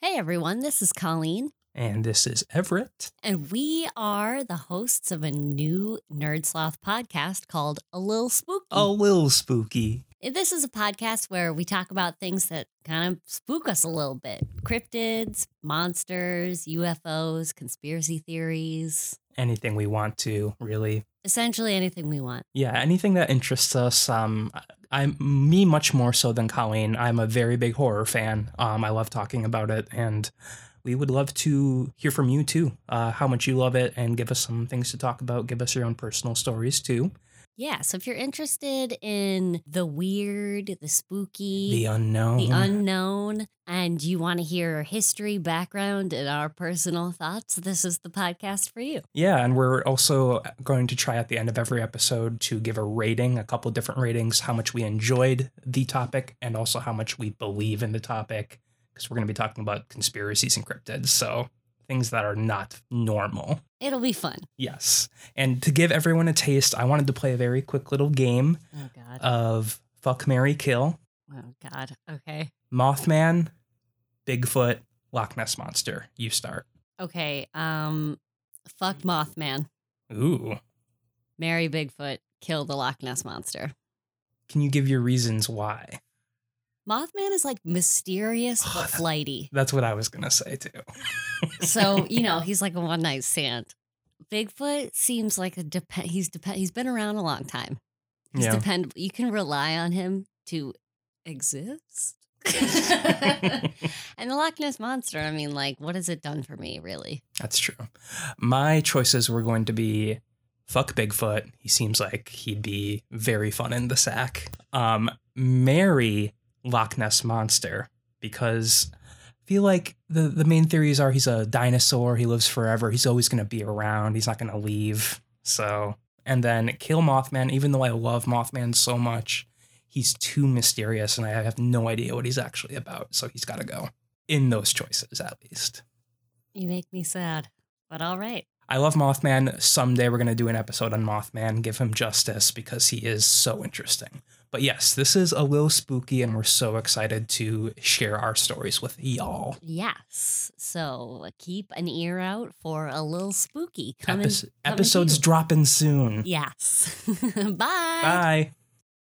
Hey everyone, this is Colleen, And this is Everett. and we are the hosts of a new Nerd Sloth podcast called A Little Spooky. A little spooky. This is a podcast where we talk about things that kind of spook us a little bit cryptids, monsters, UFOs, conspiracy theories, Anything we want to, really. essentially anything we want. Yeah, anything that interests us. Um, I'm me much more so than Colleen. I'm a very big horror fan. Um, I love talking about it, and we would love to hear from you too. Uh, how much you love it, and give us some things to talk about. Give us your own personal stories too. Yeah, so if you're interested in the weird, the spooky, The unknown. the unknown and you want to hear history, background, and our personal thoughts, this is the podcast for you. Yeah, and we're also going to try at the end of every episode to give a rating, a couple different ratings, how much we enjoyed the topic and also how much we believe in the topic because we're going to be talking about conspiracies and cryptids, so things that are not normal. It'll be fun. Yes. And to give everyone a taste, I wanted to play a very quick little game Oh God. of fuck Mary Kill, oh God. Okay. Mothman, Bigfoot, Loch Ness monster. You start. Okay. Um, fuck Mothman, Ooh. marry Bigfoot, kill the Loch Ness monster. Can you give your reasons why? Mothman is like mysterious Oh, but that- flighty. That's what I was going to say too. So you know he's like a one night stand. Bigfoot seems like a depend. He's depend. He's been around a long time. He's Yeah. dependable. You can rely on him to exist. and the Loch Ness monster. I mean, like, what has it done for me, really? That's true. My choices were going to be fuck Bigfoot. He seems like he'd be very fun in the sack. Um, marry Loch Ness Monster because I feel like the, the main theories are he's a dinosaur. He lives forever. He's always going to be around. He's not going to leave. So, and then kill Mothman, even though I love Mothman so much. He's too mysterious, and I have no idea what he's actually about. So he's got to go in those choices, at least. You make me sad. But all right. I love Mothman. Someday we're going to do an episode on Mothman, give him justice because he is so interesting. But yes, this is a little spooky, and we're so excited to share our stories with y'all. Yes. So uh, keep an ear out for a little spooky coming. Epis- episodes dropping soon. Yes. Bye. Bye.